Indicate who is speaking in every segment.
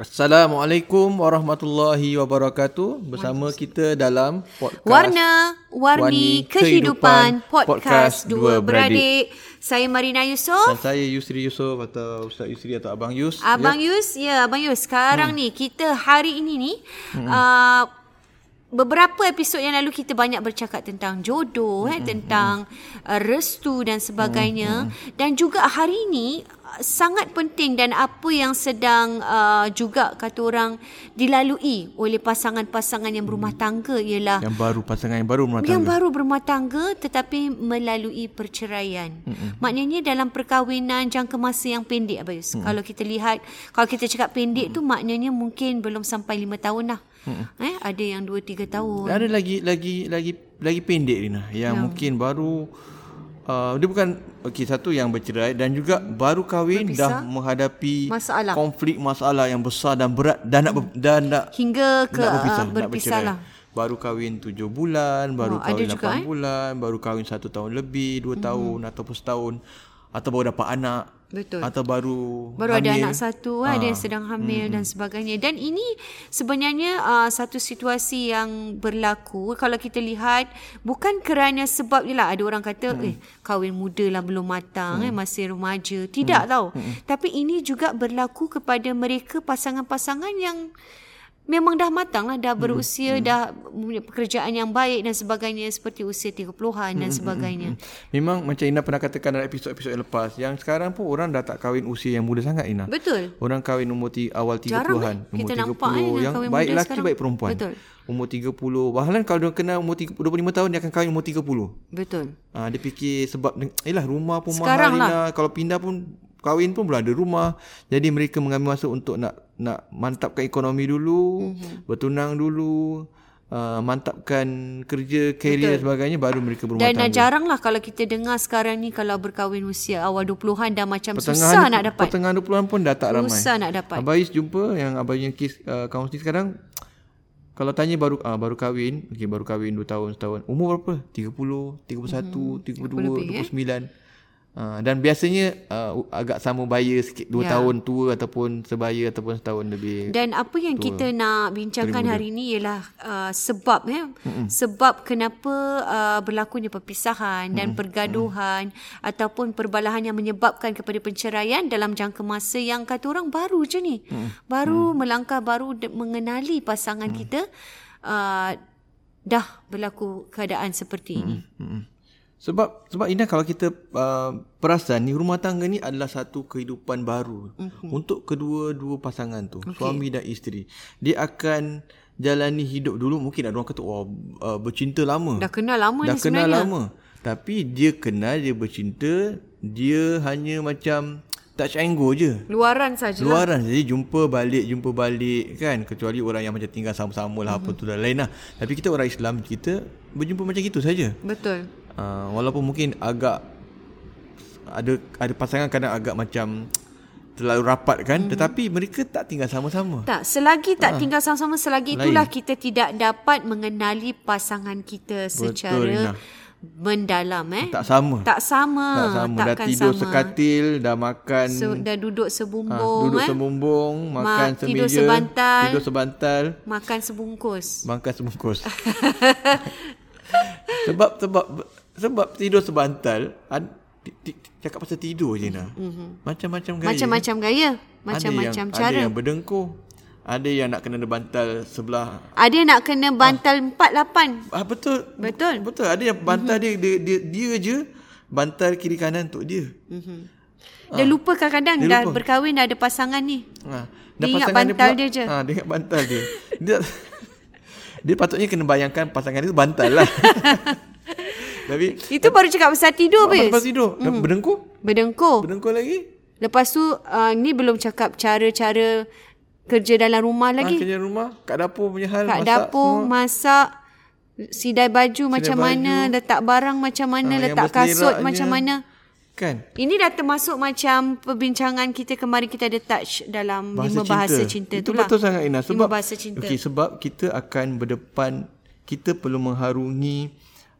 Speaker 1: Assalamualaikum warahmatullahi wabarakatuh. Bersama kita dalam podcast
Speaker 2: Warna Warni
Speaker 1: Warni
Speaker 2: Kehidupan,
Speaker 1: Kehidupan,
Speaker 2: Podcast
Speaker 1: Beradik.
Speaker 2: Dua Beradik. Saya Marina
Speaker 1: Dan
Speaker 2: Yusof.
Speaker 1: saya Yusri Yusof atau Ustaz Yusri atau Abang Yus.
Speaker 2: Abang Yus, ya Abang Yus, sekarang ni kita hari ini ni uh, beberapa episod yang lalu kita banyak bercakap tentang jodoh, eh, tentang uh, restu dan sebagainya. Dan juga hari ini uh, sangat penting dan apa yang sedang uh, juga kata orang dilalui oleh pasangan-pasangan yang berumah tangga ialah
Speaker 1: yang baru pasangan yang baru rumah
Speaker 2: yang
Speaker 1: tangga.
Speaker 2: baru berumah tangga tetapi melalui perceraian. Mm-hmm. Maknanya dalam perkahwinan jangka masa yang pendek Abang Yus. Mm. Kalau kita lihat kalau kita cakap pendek mm. tu maknanya mungkin belum sampai lima tahun lah. Mm. Eh ada yang dua tiga tahun.
Speaker 1: Dan ada lagi lagi lagi lagi pendek Rina
Speaker 2: Ya.
Speaker 1: yang mungkin baru uh, dia bukan okey satu yang bercerai dan juga baru kahwin
Speaker 2: Berpisah.
Speaker 1: dah menghadapi
Speaker 2: Masalah.
Speaker 1: konflik masalah yang besar dan berat dan nak ber- dan nak
Speaker 2: Hingga ke
Speaker 1: nak berpisah,
Speaker 2: uh,
Speaker 1: nak
Speaker 2: berpisah
Speaker 1: bercerai.
Speaker 2: lah.
Speaker 1: Baru kahwin tujuh bulan, baru
Speaker 2: Oh,
Speaker 1: oh,
Speaker 2: ada
Speaker 1: kahwin
Speaker 2: juga,
Speaker 1: lapan
Speaker 2: eh? Hmm.
Speaker 1: bulan, baru kahwin satu tahun lebih, dua mm-hmm. tahun ataupun setahun. Atau baru dapat anak.
Speaker 2: Betul.
Speaker 1: Atau baru
Speaker 2: Baru
Speaker 1: hamil.
Speaker 2: ada anak satu, ha. ada yang sedang hamil hmm. dan sebagainya. Dan ini sebenarnya uh, satu situasi yang berlaku kalau kita lihat bukan kerana sebab je lah ada orang kata hmm. eh kahwin muda lah belum matang hmm. eh masih remaja. Tidak hmm. tau. Hmm. Tapi ini juga berlaku kepada mereka pasangan-pasangan yang memang dah matang lah dah berusia hmm. dah punya pekerjaan yang baik dan sebagainya seperti usia 30-an dan sebagainya.
Speaker 1: Memang macam Ina pernah katakan dalam episod-episod yang lepas. Yang sekarang pun orang dah tak kahwin usia yang muda sangat Ina.
Speaker 2: Betul.
Speaker 1: Orang kahwin umur ti, awal 30-an.
Speaker 2: Jarang, eh?
Speaker 1: umur
Speaker 2: Kita nampak, eh, yang
Speaker 1: yang
Speaker 2: kahwin
Speaker 1: baik
Speaker 2: muda
Speaker 1: lelaki
Speaker 2: sekarang.
Speaker 1: baik perempuan.
Speaker 2: Betul.
Speaker 1: Umur 30. Bahkan kalau dia kena umur 30, 25 tahun dia akan kahwin umur 30.
Speaker 2: Betul.
Speaker 1: Ha, dia fikir sebab Yelah rumah pun
Speaker 2: Sekarang lah.
Speaker 1: mahal Lina. Kalau pindah pun Kahwin pun belum ada rumah Jadi mereka mengambil masa untuk nak Nak mantapkan ekonomi dulu
Speaker 2: Mhm.
Speaker 1: mm-hmm. Bertunang dulu uh, Mantapkan kerja Karier dan sebagainya Baru mereka berumah
Speaker 2: Dan dah
Speaker 1: tangga
Speaker 2: jarang lah kalau kita dengar sekarang ni kalau berkahwin usia awal 20-an dah macam
Speaker 1: Pertengahan-
Speaker 2: susah nak dapat.
Speaker 1: Pertengahan 20-an pun dah tak ramai
Speaker 2: Susah nak dapat.
Speaker 1: Abang Yus jumpa Yang Abang Yus kes, uh, kaunseling sekarang Kalau tanya baru uh, baru kahwin okay, Baru kahwin 2 tahun setahun Umur berapa? 30, 31, 32, 29 uh, Dan biasanya uh, Agak sama baya sikit 2
Speaker 2: Ya.
Speaker 1: tahun tua Ataupun sebaya Ataupun setahun lebih
Speaker 2: Dan apa yang kita nak bincangkan hari ini ialah uh, sebab ya. Sebab kenapa uh, berlakunya perpisahan dan pergaduhan ataupun perbalahan yang menyebabkan kepada penceraian dalam jangka masa yang kata orang baru je ni. Baru melangkah baru de- mengenali pasangan kita uh, dah berlaku keadaan seperti ini.
Speaker 1: Mm-mm. Sebab sebab Ina kalau kita uh, perasan ni rumah tangga ni adalah satu kehidupan baru mm-hmm. untuk kedua-dua pasangan tu, okay. suami dan isteri. Dia akan jalani hidup dulu mungkin ada orang kata wah uh, bercinta lama.
Speaker 2: Dah kenal lama
Speaker 1: Dah
Speaker 2: ni
Speaker 1: kenal
Speaker 2: sebenarnya.
Speaker 1: lama. Tapi dia kenal dia bercinta, dia hanya macam touch and go je.
Speaker 2: Luaran saja.
Speaker 1: Luaran Jadi jumpa balik Jumpa balik kan Kecuali orang yang macam tinggal sama-sama lah
Speaker 2: Mhm.
Speaker 1: Apa tu dan lain lah Tapi kita orang Islam Kita berjumpa macam itu saja
Speaker 2: Betul.
Speaker 1: uh, walaupun mungkin agak ada ada pasangan kadang agak macam terlalu rapat kan
Speaker 2: Mhm.
Speaker 1: mm-hmm. tetapi mereka tak tinggal sama-sama
Speaker 2: Tak,
Speaker 1: Ah.
Speaker 2: selagi tak tinggal sama-sama, selagi itulah kita tidak dapat mengenali pasangan kita secara
Speaker 1: Rina.
Speaker 2: mendalam eh.
Speaker 1: tak sama
Speaker 2: tak sama,
Speaker 1: tak sama dah
Speaker 2: takkan
Speaker 1: tidur
Speaker 2: sama.
Speaker 1: sekatil dah makan
Speaker 2: So, dah duduk sebumbung
Speaker 1: ha, duduk
Speaker 2: eh.
Speaker 1: semumbung makan
Speaker 2: Ma-
Speaker 1: semeja
Speaker 2: tidur sebantal.
Speaker 1: tidur sebantal
Speaker 2: makan sebungkus.
Speaker 1: makan sebungkus sebab sebab sebab tidur sebantal ad, ti, ti, cakap pasal tidur je nah mm-hmm. macam-macam gaya
Speaker 2: Macam-macam gaya, Mhm.
Speaker 1: ada
Speaker 2: macam-macam
Speaker 1: yang,
Speaker 2: cara.
Speaker 1: Ada yang berdengkur. Ada yang nak kena bantal sebelah.
Speaker 2: Ada yang nak kena bantal 48.
Speaker 1: Ah betul.
Speaker 2: Betul.
Speaker 1: Betul. Ada yang bantal
Speaker 2: Mhm.
Speaker 1: mm-hmm. dia, dia dia dia je bantal kiri kanan untuk dia. Mm-hmm.
Speaker 2: Mhm. Dia lupa kadang-kadang
Speaker 1: Dia
Speaker 2: dah
Speaker 1: lupa.
Speaker 2: berkahwin dah ada pasangan ni.
Speaker 1: Ha.
Speaker 2: Dia ingat bantal dia je.
Speaker 1: Ha, dia ingat bantal dia. dia dia patutnya kena bayangkan pasangan dia tu bantal lah. Tapi
Speaker 2: Itu baru cakap pasal tidur
Speaker 1: lepas, lepas
Speaker 2: bes.
Speaker 1: tidur mm. berdengkur,
Speaker 2: Berdengkur.
Speaker 1: berdengkur lagi.
Speaker 2: Lepas tu uh, ni belum cakap cara-cara kerja dalam rumah
Speaker 1: Ha,
Speaker 2: lagi.
Speaker 1: kerja rumah, kat dapur punya hal,
Speaker 2: Kat
Speaker 1: masak
Speaker 2: dapur masak sidai baju macam
Speaker 1: baju.
Speaker 2: mana, letak barang macam mana,
Speaker 1: Ah, yang
Speaker 2: letak kasut
Speaker 1: berseleraknya.
Speaker 2: macam mana.
Speaker 1: kan.
Speaker 2: Ini dah termasuk macam perbincangan kita kemarin kita ada touch dalam bahasa lima bahasa cinta lah.
Speaker 1: Itu
Speaker 2: itulah.
Speaker 1: betul sangat Ina sebab
Speaker 2: lima bahasa cinta.
Speaker 1: Okey sebab kita akan berdepan kita perlu mengharungi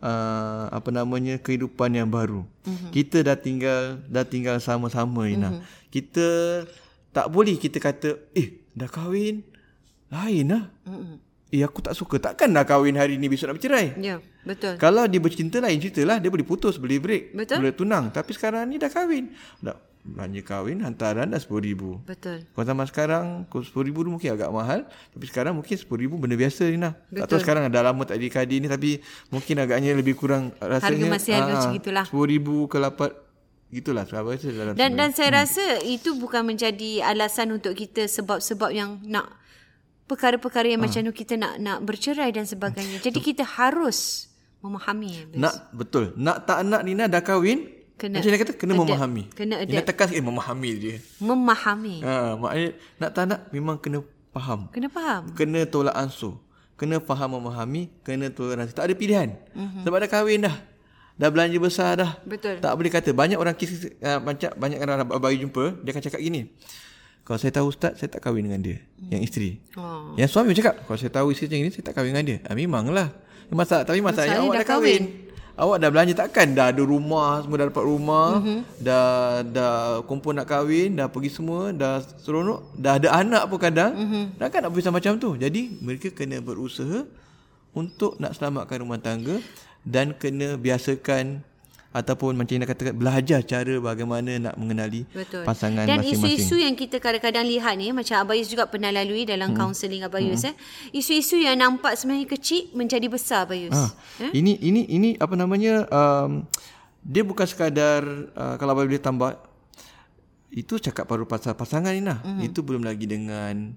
Speaker 1: uh, apa namanya kehidupan yang baru.
Speaker 2: Mhm.
Speaker 1: Mm-hmm. Kita dah tinggal dah tinggal sama-sama Ina. Mm-hmm. Kita tak boleh kita kata eh Dah kahwin lain lah.
Speaker 2: Mhm.
Speaker 1: Mm-mm. Eh aku tak suka. Takkan dah kahwin hari ni besok nak bercerai.
Speaker 2: Ya, betul.
Speaker 1: Kalau dia bercinta lain cerita lah. Dia boleh putus, boleh break,
Speaker 2: Betul.
Speaker 1: boleh tunang. Tapi sekarang ni dah kahwin. Dah belanja kahwin hantaran dah RM10,000.
Speaker 2: Betul.
Speaker 1: Kalau zaman sekarang kalau RM10,000 tu mungkin agak mahal Tapi sekarang mungkin RM10,000 benda biasa ni lah Tak tahu sekarang dah lama tak DKD ni Tapi mungkin agaknya lebih kurang rasanya
Speaker 2: masih ada macam gitulah.
Speaker 1: RM10,000 ke lapan Gitulah Apa itu dalam
Speaker 2: Dan dan saya rasa itu bukan menjadi alasan untuk kita sebab-sebab yang nak perkara-perkara
Speaker 1: Ah.
Speaker 2: yang macam tu kita nak nak bercerai dan sebagainya. Jadi kita harus memahami.
Speaker 1: Nak betul Nak tak nak Nina dah kahwin
Speaker 2: Kena
Speaker 1: Macam dia kata Kena
Speaker 2: adapt.
Speaker 1: memahami
Speaker 2: Kena
Speaker 1: Nina
Speaker 2: adapt.
Speaker 1: tekan sikit Memahami dia
Speaker 2: Memahami.
Speaker 1: ha, Maknanya Nak tak nak Memang kena faham
Speaker 2: Kena faham.
Speaker 1: Kena tolak ansur Kena faham memahami Kena toleransi Tak ada pilihan mm-hmm. Sebab dah kahwin dah Dah belanja besar dah
Speaker 2: Mhm. Betul.
Speaker 1: Tak boleh kata Banyak orang kes, uh, Banyak banyak orang bagi jumpa Dia akan cakap gini Kalau saya tahu ustaz Saya tak kahwin dengan dia mm. Yang isteri
Speaker 2: Oh.
Speaker 1: Yang suami pun cakap Kalau saya tahu isteri macam ini Saya tak kahwin dengan dia ha, Memanglah Masalah, Tapi masalahnya awak dah,
Speaker 2: dah
Speaker 1: kahwin. Awak dah belanja takkan Dah ada rumah Semua dah dapat rumah
Speaker 2: Mhm.
Speaker 1: mm-hmm. Dah Dah kumpul nak kahwin Dah pergi semua Dah seronok Dah ada anak pun kadang
Speaker 2: Mhm.
Speaker 1: mm-hmm. Takkan nak berpisah macam tu Jadi mereka kena berusaha Untuk nak selamatkan rumah tangga Dan kena biasakan Ataupun macam yang katakan Belajar cara bagaimana nak mengenali
Speaker 2: Betul.
Speaker 1: Pasangan
Speaker 2: Dan
Speaker 1: masing-masing
Speaker 2: isu-isu yang kita kadang-kadang lihat ni macam Abayus juga pernah lalui
Speaker 1: Hmm.
Speaker 2: dalam kaunseling Abayus eh. Isu-isu yang nampak sebenarnya kecil menjadi besar Abayus.
Speaker 1: Ah, ini ini ini apa namanya um, dia bukan sekadar uh, kalau abang boleh tambah itu cakap baru pasal pasangan ni lah.
Speaker 2: Hmm.
Speaker 1: Mm. Itu belum lagi dengan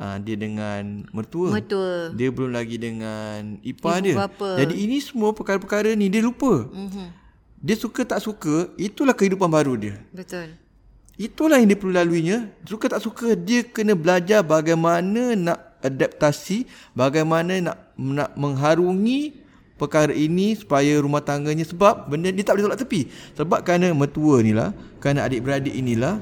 Speaker 1: uh, dia dengan mertua.
Speaker 2: Mertua.
Speaker 1: Dia belum lagi dengan ipar
Speaker 2: Ibu
Speaker 1: dia.
Speaker 2: bapa.
Speaker 1: Jadi ini semua perkara-perkara ni dia lupa.
Speaker 2: Mhm.
Speaker 1: Dia suka tak suka, itulah kehidupan baru dia.
Speaker 2: Betul.
Speaker 1: Itulah yang dia perlu laluinya. Suka tak suka dia kena belajar bagaimana nak adaptasi, bagaimana nak nak mengharungi perkara ini supaya rumah tangganya sebab benda dia tak boleh tolak tepi. Sebab kerana mertua ni lah, kerana adik-beradik inilah,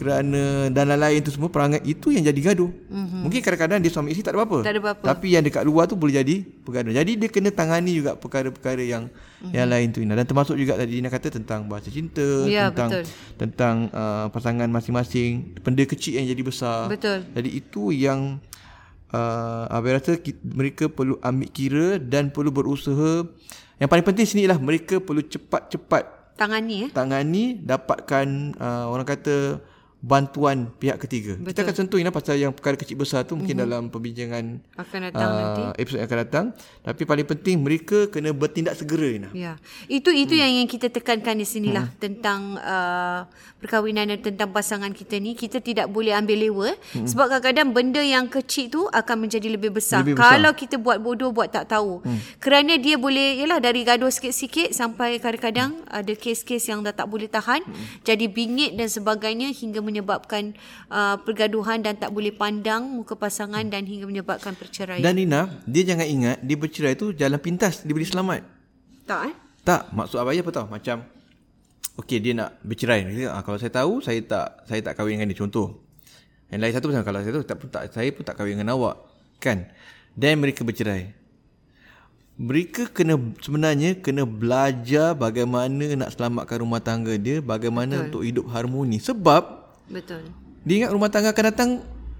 Speaker 1: kerana dan lain-lain itu semua perangai itu yang jadi gaduh. Mm-hmm. Mungkin kadang-kadang dia suami isteri tak ada apa-apa.
Speaker 2: Tak ada apa-apa.
Speaker 1: Tapi yang dekat luar tu boleh jadi pergaduhan. Jadi dia kena tangani juga perkara-perkara yang
Speaker 2: Mhm.
Speaker 1: mm-hmm. yang lain tu Ina dan termasuk juga tadi Ina kata tentang bahasa cinta,
Speaker 2: Ya,
Speaker 1: tentang
Speaker 2: betul.
Speaker 1: tentang uh, pasangan masing-masing benda kecil yang jadi besar
Speaker 2: Betul.
Speaker 1: jadi itu yang uh, abang rasa ki- mereka perlu ambil kira dan perlu berusaha yang paling penting sini lah mereka perlu cepat-cepat
Speaker 2: Tangan ni eh.
Speaker 1: tangani dapatkan uh, orang kata bantuan pihak ketiga Betul. kita akan sentuh Ina pasal yang perkara kecil besar tu
Speaker 2: Mhm.
Speaker 1: mungkin mm-hmm. dalam perbincangan
Speaker 2: Akan datang uh, nanti.
Speaker 1: uh, episod yang akan datang tapi paling penting mereka kena bertindak segera Ina
Speaker 2: Ya. Itu itu yang yang kita tekankan di sinilah hmm. tentang uh, perkahwinan dan tentang pasangan kita ni kita tidak boleh ambil lewa hmm. sebab kadang-kadang benda yang kecil tu akan menjadi lebih besar,
Speaker 1: Lebih
Speaker 2: lebih
Speaker 1: besar.
Speaker 2: besar. kalau kita buat bodoh buat tak tahu. Hmm. Kerana dia boleh yalah dari gaduh sikit-sikit sampai kadang-kadang hmm. ada kes-kes yang dah tak boleh tahan hmm. jadi bingit dan sebagainya hingga menyebabkan uh, pergaduhan dan tak boleh pandang muka pasangan dan hingga menyebabkan perceraian.
Speaker 1: dan Ina dia jangan ingat dia bercerai tu jalan pintas dia boleh selamat
Speaker 2: tak eh?
Speaker 1: Tak, maksud abang apa tahu? Macam okey dia nak bercerai. Dia kata, ah, kalau saya tahu saya tak saya tak kahwin dengan dia contoh. Yang lain satu pasal kalau saya tahu tak, tak saya pun tak kahwin dengan awak. Kan? Dan mereka bercerai. Mereka kena sebenarnya kena belajar bagaimana nak selamatkan rumah tangga dia, bagaimana Betul. untuk hidup harmoni. Sebab
Speaker 2: Betul.
Speaker 1: dia ingat rumah tangga akan datang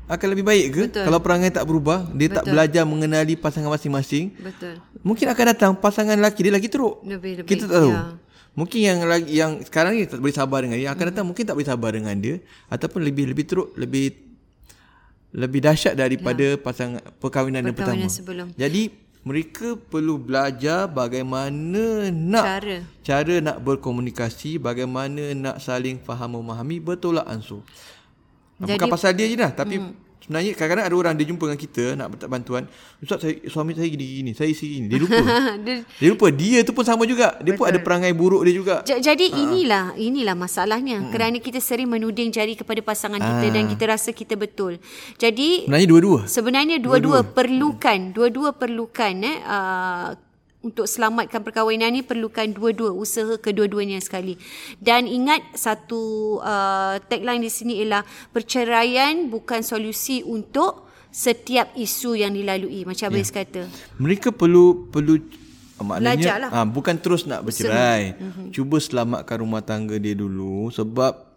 Speaker 1: akan lebih baik ke Betul. kalau perangai tak berubah, dia Betul. tak belajar mengenali pasangan masing-masing.
Speaker 2: Betul.
Speaker 1: Mungkin akan datang pasangan lelaki dia ya. lagi teruk.
Speaker 2: Lebih lebih.
Speaker 1: Kita tak tahu. Mungkin yang lagi yang sekarang ni tak boleh sabar dengan dia, yang akan datang mungkin tak boleh sabar dengan dia ataupun lebih lebih teruk, lebih lebih dahsyat daripada pasangan Ya. perkahwinan, yang pertama.
Speaker 2: Perkahwinan sebelum.
Speaker 1: Jadi mereka perlu belajar bagaimana nak
Speaker 2: Cara.
Speaker 1: cara nak berkomunikasi, bagaimana nak saling faham memahami bertolak ansur. Jadi, Bukan pasal dia je lah tapi hmm. sebenarnya kadang-kadang ada orang dia jumpa dengan kita nak minta bantuan, ustaz saya suami saya gini gini, saya sini gini." dia lupa.
Speaker 2: dia
Speaker 1: Dia lupa dia tu pun sama juga. Dia Betul. pun ada perangai buruk dia juga.
Speaker 2: Ja- Jadi inilah inilah masalahnya hmm. kerana kita sering menuding jari kepada pasangan kita dan kita rasa kita betul. Jadi
Speaker 1: Sebenarnya dua-dua.
Speaker 2: sebenarnya dua-dua perlukan, dua-dua perlukan eh uh, untuk selamatkan perkahwinan ni perlukan dua-dua usaha kedua-duanya sekali. Dan ingat satu uh, tagline di sini ialah perceraian bukan solusi untuk setiap isu yang dilalui macam Abis kata.
Speaker 1: Mereka perlu perlu
Speaker 2: Belajar
Speaker 1: maknanya
Speaker 2: lah.
Speaker 1: ah ha, bukan
Speaker 2: Mhm.
Speaker 1: terus nak bercerai. Mm-hmm. Cuba selamatkan rumah tangga dia dulu sebab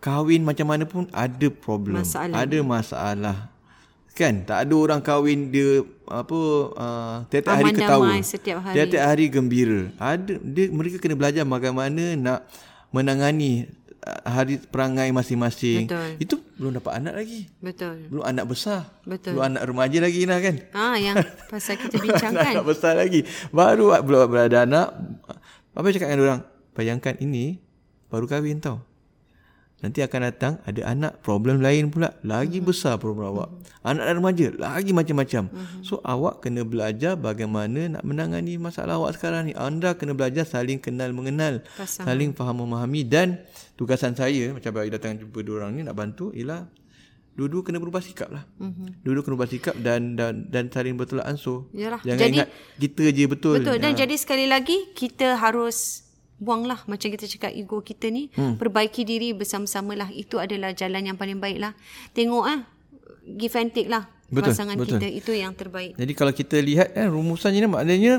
Speaker 1: kahwin macam mana pun ada problem,
Speaker 2: Masalah.
Speaker 1: ada masalah. Kan? Tak ada orang kahwin dia apa uh, tiap-tiap hari
Speaker 2: Aman
Speaker 1: ketawa.
Speaker 2: damai setiap hari.
Speaker 1: Tiap-tiap hari gembira. Ada dia mereka kena belajar bagaimana nak menangani uh, hari perangai masing-masing.
Speaker 2: Betul.
Speaker 1: Itu belum dapat anak lagi.
Speaker 2: Betul.
Speaker 1: Belum anak besar.
Speaker 2: Betul.
Speaker 1: Belum anak remaja lagi lah kan.
Speaker 2: Ah yang pasal kita
Speaker 1: Anak,
Speaker 2: bincangkan.
Speaker 1: anak besar lagi. Baru belum berada anak. Apa yang cakap dengan orang? Bayangkan ini baru kahwin tau. Nanti akan datang ada anak problem lain pula. Lagi besar problem awak. Anak dan remaja lagi macam-macam. So awak kena belajar bagaimana nak menangani masalah awak sekarang ni. Anda kena belajar saling kenal mengenal,
Speaker 2: Pasangan.
Speaker 1: saling faham memahami dan tugasan saya macam baru datang jumpa dua orang ni nak bantu ialah dua-dua kena berubah sikap lah. Mm-hmm. Dua-dua kena berubah sikap dan dan dan saling bertolak ansur.
Speaker 2: Yalah,
Speaker 1: Jangan
Speaker 2: jadi-
Speaker 1: ingat kita je betul.
Speaker 2: Betul dan jadi sekali lagi kita harus buanglah macam kita cakap ego kita ni hmm. perbaiki diri bersama-samalah itu adalah jalan yang paling baik lah tengok ah give and take lah
Speaker 1: Betul,
Speaker 2: pasangan
Speaker 1: betul.
Speaker 2: kita itu yang terbaik
Speaker 1: Jadi kalau kita lihat kan rumusannya ni maknanya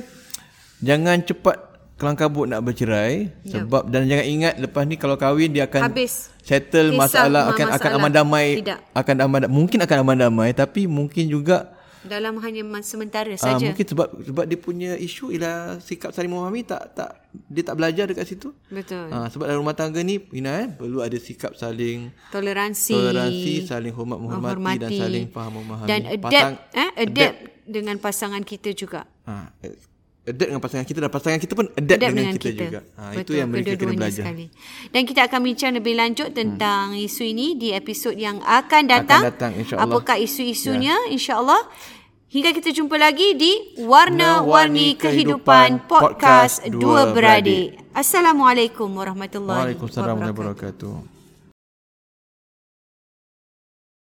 Speaker 1: jangan cepat kelang kabut nak bercerai sebab dan jangan ingat lepas ni kalau kahwin dia akan
Speaker 2: Ya. Habis.
Speaker 1: settle
Speaker 2: Kisah
Speaker 1: masalah
Speaker 2: ma-
Speaker 1: akan akan
Speaker 2: masalah.
Speaker 1: aman damai
Speaker 2: Tidak.
Speaker 1: akan aman mungkin akan aman damai tapi mungkin juga
Speaker 2: dalam hanya man- sementara
Speaker 1: ah,
Speaker 2: saja
Speaker 1: mungkin sebab sebab dia punya isu ialah sikap saling memahami tak tak dia tak belajar dekat situ.
Speaker 2: betul
Speaker 1: Ha, sebab dalam rumah tangga ni Ina eh, perlu ada sikap saling
Speaker 2: toleransi,
Speaker 1: toleransi, saling hormat menghormati dan
Speaker 2: menghormati.
Speaker 1: saling faham memahami.
Speaker 2: dan adapt eh adapt dengan pasangan kita juga
Speaker 1: Ha, adapt dengan pasangan kita dan pasangan kita pun adapt,
Speaker 2: adapt
Speaker 1: dengan, kita, juga. Ha, itu yang mereka kena
Speaker 2: kedua-duanya
Speaker 1: belajar.
Speaker 2: Sekali. Dan kita akan bincang lebih lanjut tentang hmm. isu ini di episod yang akan datang.
Speaker 1: datang, insya-Allah. Ya.
Speaker 2: Apakah isu-isunya insya-Allah. Hingga kita jumpa lagi di Warna-Warni
Speaker 1: Warna-Warni
Speaker 2: Kehidupan
Speaker 1: Kehidupan
Speaker 2: Podcast
Speaker 1: Podcast Dua
Speaker 2: Dua
Speaker 1: Beradik.
Speaker 2: Beradik. Assalamualaikum warahmatullahi
Speaker 1: Waalaikumsalam
Speaker 2: wabarakatuh.
Speaker 1: warahmatullahi wabarakatuh.